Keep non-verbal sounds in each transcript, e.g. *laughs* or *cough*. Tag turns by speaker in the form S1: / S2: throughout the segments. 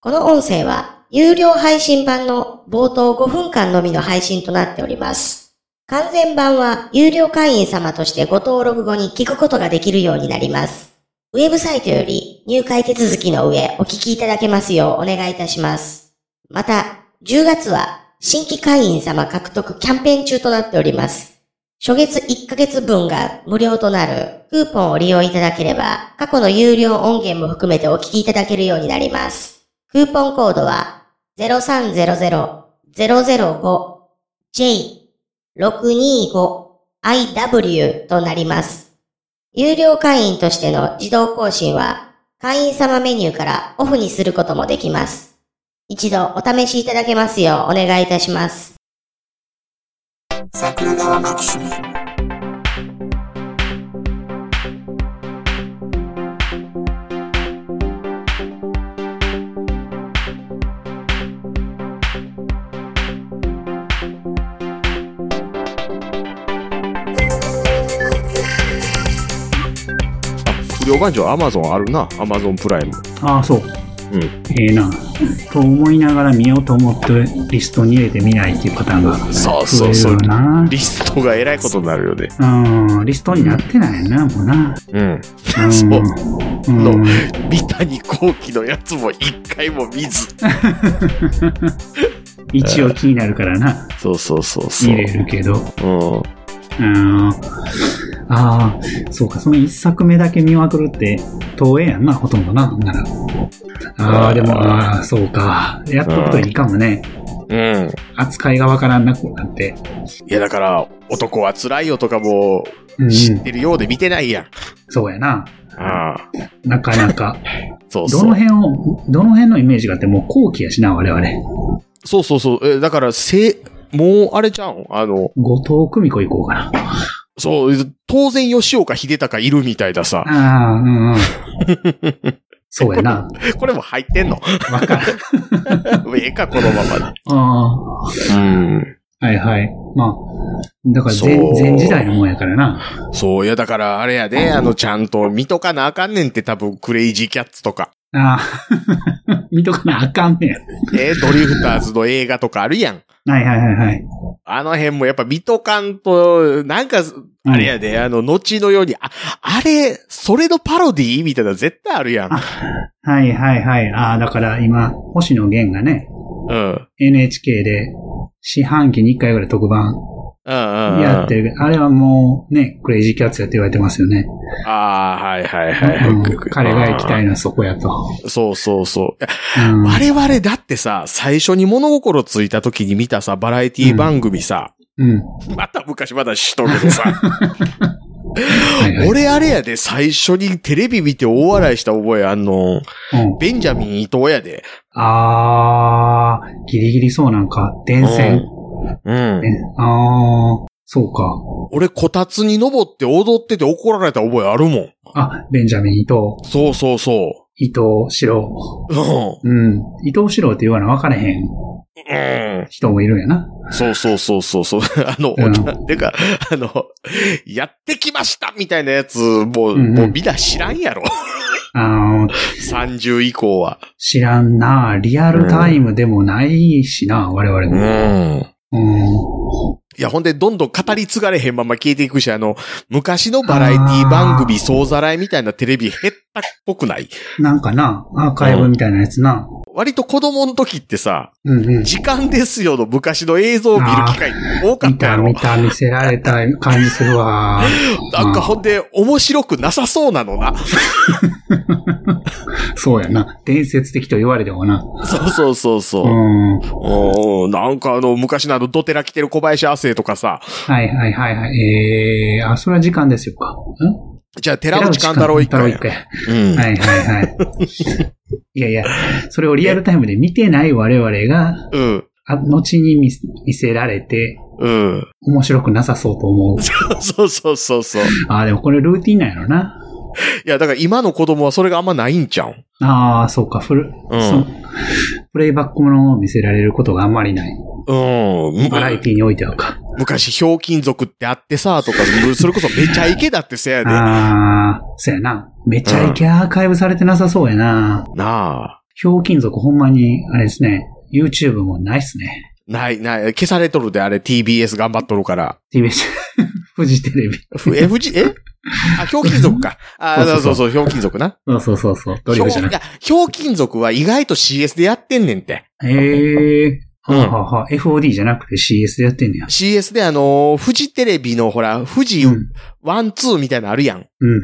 S1: この音声は有料配信版の冒頭5分間のみの配信となっております。完全版は有料会員様としてご登録後に聞くことができるようになります。ウェブサイトより入会手続きの上お聞きいただけますようお願いいたします。また、10月は新規会員様獲得キャンペーン中となっております。初月1ヶ月分が無料となるクーポンを利用いただければ、過去の有料音源も含めてお聞きいただけるようになります。クーポンコードは 0300-005J625IW となります。有料会員としての自動更新は、会員様メニューからオフにすることもできます。一度お試しいただけますようお願いいたします。
S2: 桜川マキシム
S3: 不良番長アマゾンあるなアマゾンプライム
S4: ああ、そう。
S3: うん
S4: ええな。と思いながら見ようと思ってリストに入れて見ないっていうパターンが
S3: そう
S4: 増
S3: そう
S4: える
S3: そう
S4: よな。
S3: リストがえらいことになるよね
S4: うん、リストになってないな、もうな。
S3: うん
S4: ん
S3: そう
S4: うん。
S3: の三谷幸喜のやつも一回も見ず
S4: 一応気になるからな、
S3: そうそうそうそう
S4: 見れるけど。
S3: うん
S4: うん。ああ、そうか、その一作目だけ見まくるって、東映やんな、ほとんどな、ほんなら。ああ、でも、ああ、そうか。やっとくといいかもね。
S3: うん
S4: 扱いがわからんなくなって。
S3: いやだから男は辛いよとかも
S4: うん、うん、
S3: 知ってるようで見てないやん、
S4: そうやな。
S3: ああ
S4: なかなか。
S3: そう
S4: ど
S3: そ
S4: の
S3: う
S4: 辺を、どの辺のイメージがあって、もう後期やしな、我々。
S3: そうそうそうえだからせもうあれじゃんあの
S4: 後藤久美子行こうかな。
S3: そう当然吉岡秀隆いるみたいださ *laughs*
S4: ああ、うんうん。そうやな。
S3: これも入ってんの *laughs*
S4: わからん。
S3: ええかこのままで
S4: あ
S3: うん
S4: あ、はいはい。まあ、だから前
S3: そう
S4: 前時代のもんやからな。
S3: そう、いや、だから、あれやで、あの、ちゃんと見とかなあかんねんって、多分、クレイジーキャッツとか、
S4: ああ、 *laughs* 見とかなあかんねや。
S3: えドリフターズの映画とかあるやん。
S4: はいはいはいはい。
S3: あの辺もやっぱ見とかんと、なんか、
S4: うん
S3: あれやで、あの、後のように、あ、あれ、それのパロディみたいな絶対あるやん。
S4: はいはいはい。ああ、だから今、星野源がね、
S3: うん。
S4: NHK で四半期に1回ぐらい特番
S3: うんうん。
S4: やってるけど。あれはもうね、クレイジーキャッツやって言われてますよね。
S3: ああ、はいはいはいはい。
S4: うん彼が行きたい
S3: い。
S4: のはそこやと。
S3: そうそうそう。
S4: うん
S3: 我々だってさ、最初に物心ついた時に見たさ、バラエティ番組さ、
S4: うん。
S3: また昔話しとるけど
S4: *laughs*
S3: さ。
S4: はいはい。
S3: 俺あれやで、最初にテレビ見て大笑いした覚えあんの、
S4: うん、
S3: ベンジャミン伊藤やで。
S4: あー、ギリギリそうなんか、電線。
S3: うん。
S4: ねあー、そうか。
S3: 俺、こたつに登って踊ってて怒られた覚えあるもん。
S4: あ、ベンジャミン伊藤、
S3: そうそうそ
S4: 伊藤四郎。
S3: う。うん。うん
S4: うん。伊藤四郎って言わな分からへん人もいるんやな。
S3: そうそうそうそう *laughs* そう。あの、
S4: うん
S3: てか、あの、やってきましたみたいなやつ、もう、
S4: うんうん
S3: もうみんな知らんやろ。 *laughs*
S4: あー、
S3: 30以降は。
S4: 知らんな。リアルタイムでもないしな、我々も。
S3: ん。
S4: うん。
S3: いや、ほんで、どんどん語り継がれへんまま消えていくし、あの、昔のバラエティ番組総ざらいみたいなテレビ減ったっぽくない
S4: なんかな、アーカイブみたいなやつな。
S3: 割と子供の時ってさ、
S4: うんうん。
S3: 時間ですよの昔の映像を見る機会多かっ
S4: 見
S3: たや
S4: た、
S3: ろ
S4: 見。た、見せられた感じする *laughs* わ。
S3: なんかほんで、面白くなさそうなのな。
S4: そうやな。伝説的と言われてもな。
S3: そうそうそう
S4: う
S3: そう。
S4: ん。
S3: おーなんかあの、昔のあの、ドテラ着てる小林亜生とかさ、
S4: はいはいはいはい。えー、あ、それは時間ですよか。ん
S3: じゃあ寺内勘太郎一
S4: 寺
S3: 家や
S4: 内勘太郎一家や
S3: うん。
S4: はいはい
S3: *laughs*
S4: はい。いやいや、それをリアルタイムで見てない我々が、
S3: うん。
S4: あ後に見見せられて、
S3: うん。 *laughs*
S4: 面白くなさそうと思う。
S3: そうそうそうそう。
S4: ああ、でもこれルーティンなんやろな。
S3: いや、だから今の子供はそれがあんまないんちゃうん
S4: ああ、そうか、フル、
S3: うん
S4: そうプレイバックものを見せられることがあんまりない。
S3: うん。
S4: バラエティにおいてはか。
S3: 昔、ひょうきん族ってあってさ、とか、それこそめちゃイケだってせ
S4: *laughs*
S3: やで。な
S4: ああ、そうやな。めちゃイケアーカイブされてなさそうやな。
S3: あ。
S4: ひょうきん族ほんまに、あれですね、YouTube もないっすね。
S3: ない、ない。消されとるで、あれ、TBS 頑張っとるから。
S4: TBS、フ *laughs* ジテレビ。
S3: ふえ、富士、えあ、ひょうきん族か。あ、
S4: そ
S3: そうう
S4: そ
S3: そうう
S4: そ
S3: そう、ひょうきん族な。
S4: そうそうそうそう、ドリフじゃなくて。
S3: ひょういやひょうきん族は意外と CS でやってんねんて。
S4: ええー。
S3: うん
S4: はあはあはあ FOD じゃなくて CS でやってんねや。
S3: CS であのー、フジテレビのほら、富士
S4: うん。
S3: ワンツーみたいなのあるやん。
S4: うんうん。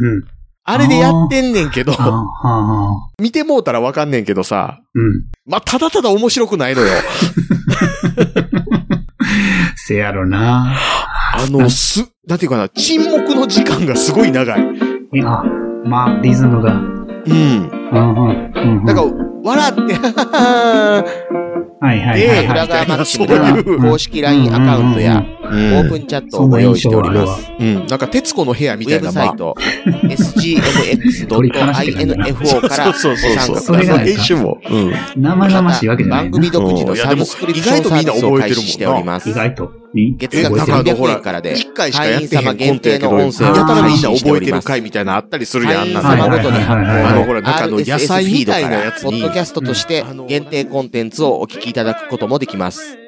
S3: あれでやってんねんけど、
S4: ああ、はあ、はあ。
S3: 見てもうたらわかんねんけどさ、
S4: うん。
S3: まあ、ただただ面白くない
S2: *laughs*
S3: のよ。
S4: せやろな。
S3: あの、す、なんていうかな、沈黙の時間がすごい長い。
S4: いや、まあ、リズムが。うん
S3: うん。
S4: うん。うん。
S3: なんか、笑って、ははは
S4: はいはいはいはい。
S3: で
S2: 裏側マッチみたい
S3: そう
S2: な
S3: いう
S2: 公式 LINE アカウントや
S3: オ
S2: オープ
S3: ン。
S2: ンチャットをご用意しております。
S3: うん。なんか、徹子の部屋み
S2: ウ
S3: たい
S2: ェ
S3: な、
S2: ブサイト、sgmx.info からご
S3: そうそう
S2: 参
S3: そ
S2: 加く
S3: うそう。
S2: だ
S4: *laughs* それ
S2: さ
S4: が
S2: い。
S3: 編集も。うん。
S4: 生々しいわけじゃな
S2: 番
S4: いな。
S2: 組独自のサブスクリプションサービスを開始しております
S4: 意。外と。いい
S2: 月額300円からで、
S3: 一回しかやってへんコン
S2: 限
S3: トや
S2: 定
S3: けど、
S2: の
S3: や
S2: 音声を
S3: た
S2: 配
S3: らみんな
S2: 信してお
S3: 覚え
S2: り
S3: て
S2: ま
S3: る
S2: す。
S3: 回みたいなのあったりする
S2: 会
S3: やん、あん
S2: 員
S3: な
S2: 様
S3: さ。
S2: ごとに、
S4: はいはいはいはい
S2: あの、ほら、
S3: なんかあの
S2: RSS
S3: 野菜みたいなやつ
S2: フィードからポッ
S3: に
S2: ドキャストとして限定コンテンツをお聞きいただくこともできます。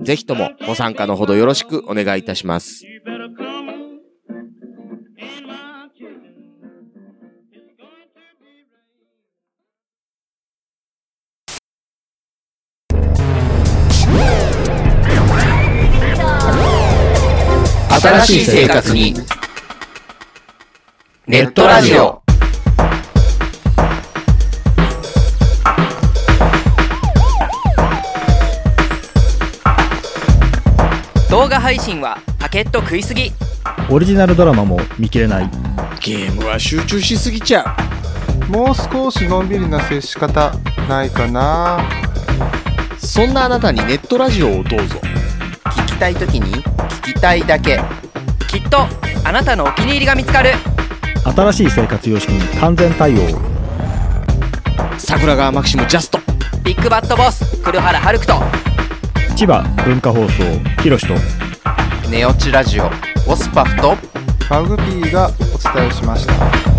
S2: ぜひともご参加のほどよろしくお願いいたします。
S5: 新しい生活に。ネットラジオ。
S6: 動画配信はパケット食いすぎ
S7: オリジナルドラマも見切れない
S3: ゲームは集中しすぎちゃう。
S8: もう少しのんびりな接し方ないかな
S3: そんなあなたにネットラジオをどうぞ。
S5: 聞きたいときに聞きたいだけ。
S6: きっとあなたのお気に入りが見つかる
S7: 新しい生活様式に完全対応
S3: 桜川マキシムジャスト。
S6: ビッグバットボス黒原遥人
S7: 千葉文化放送ひろしと
S5: ネオチラジオ。オスパフと
S8: マグピーがお伝えしました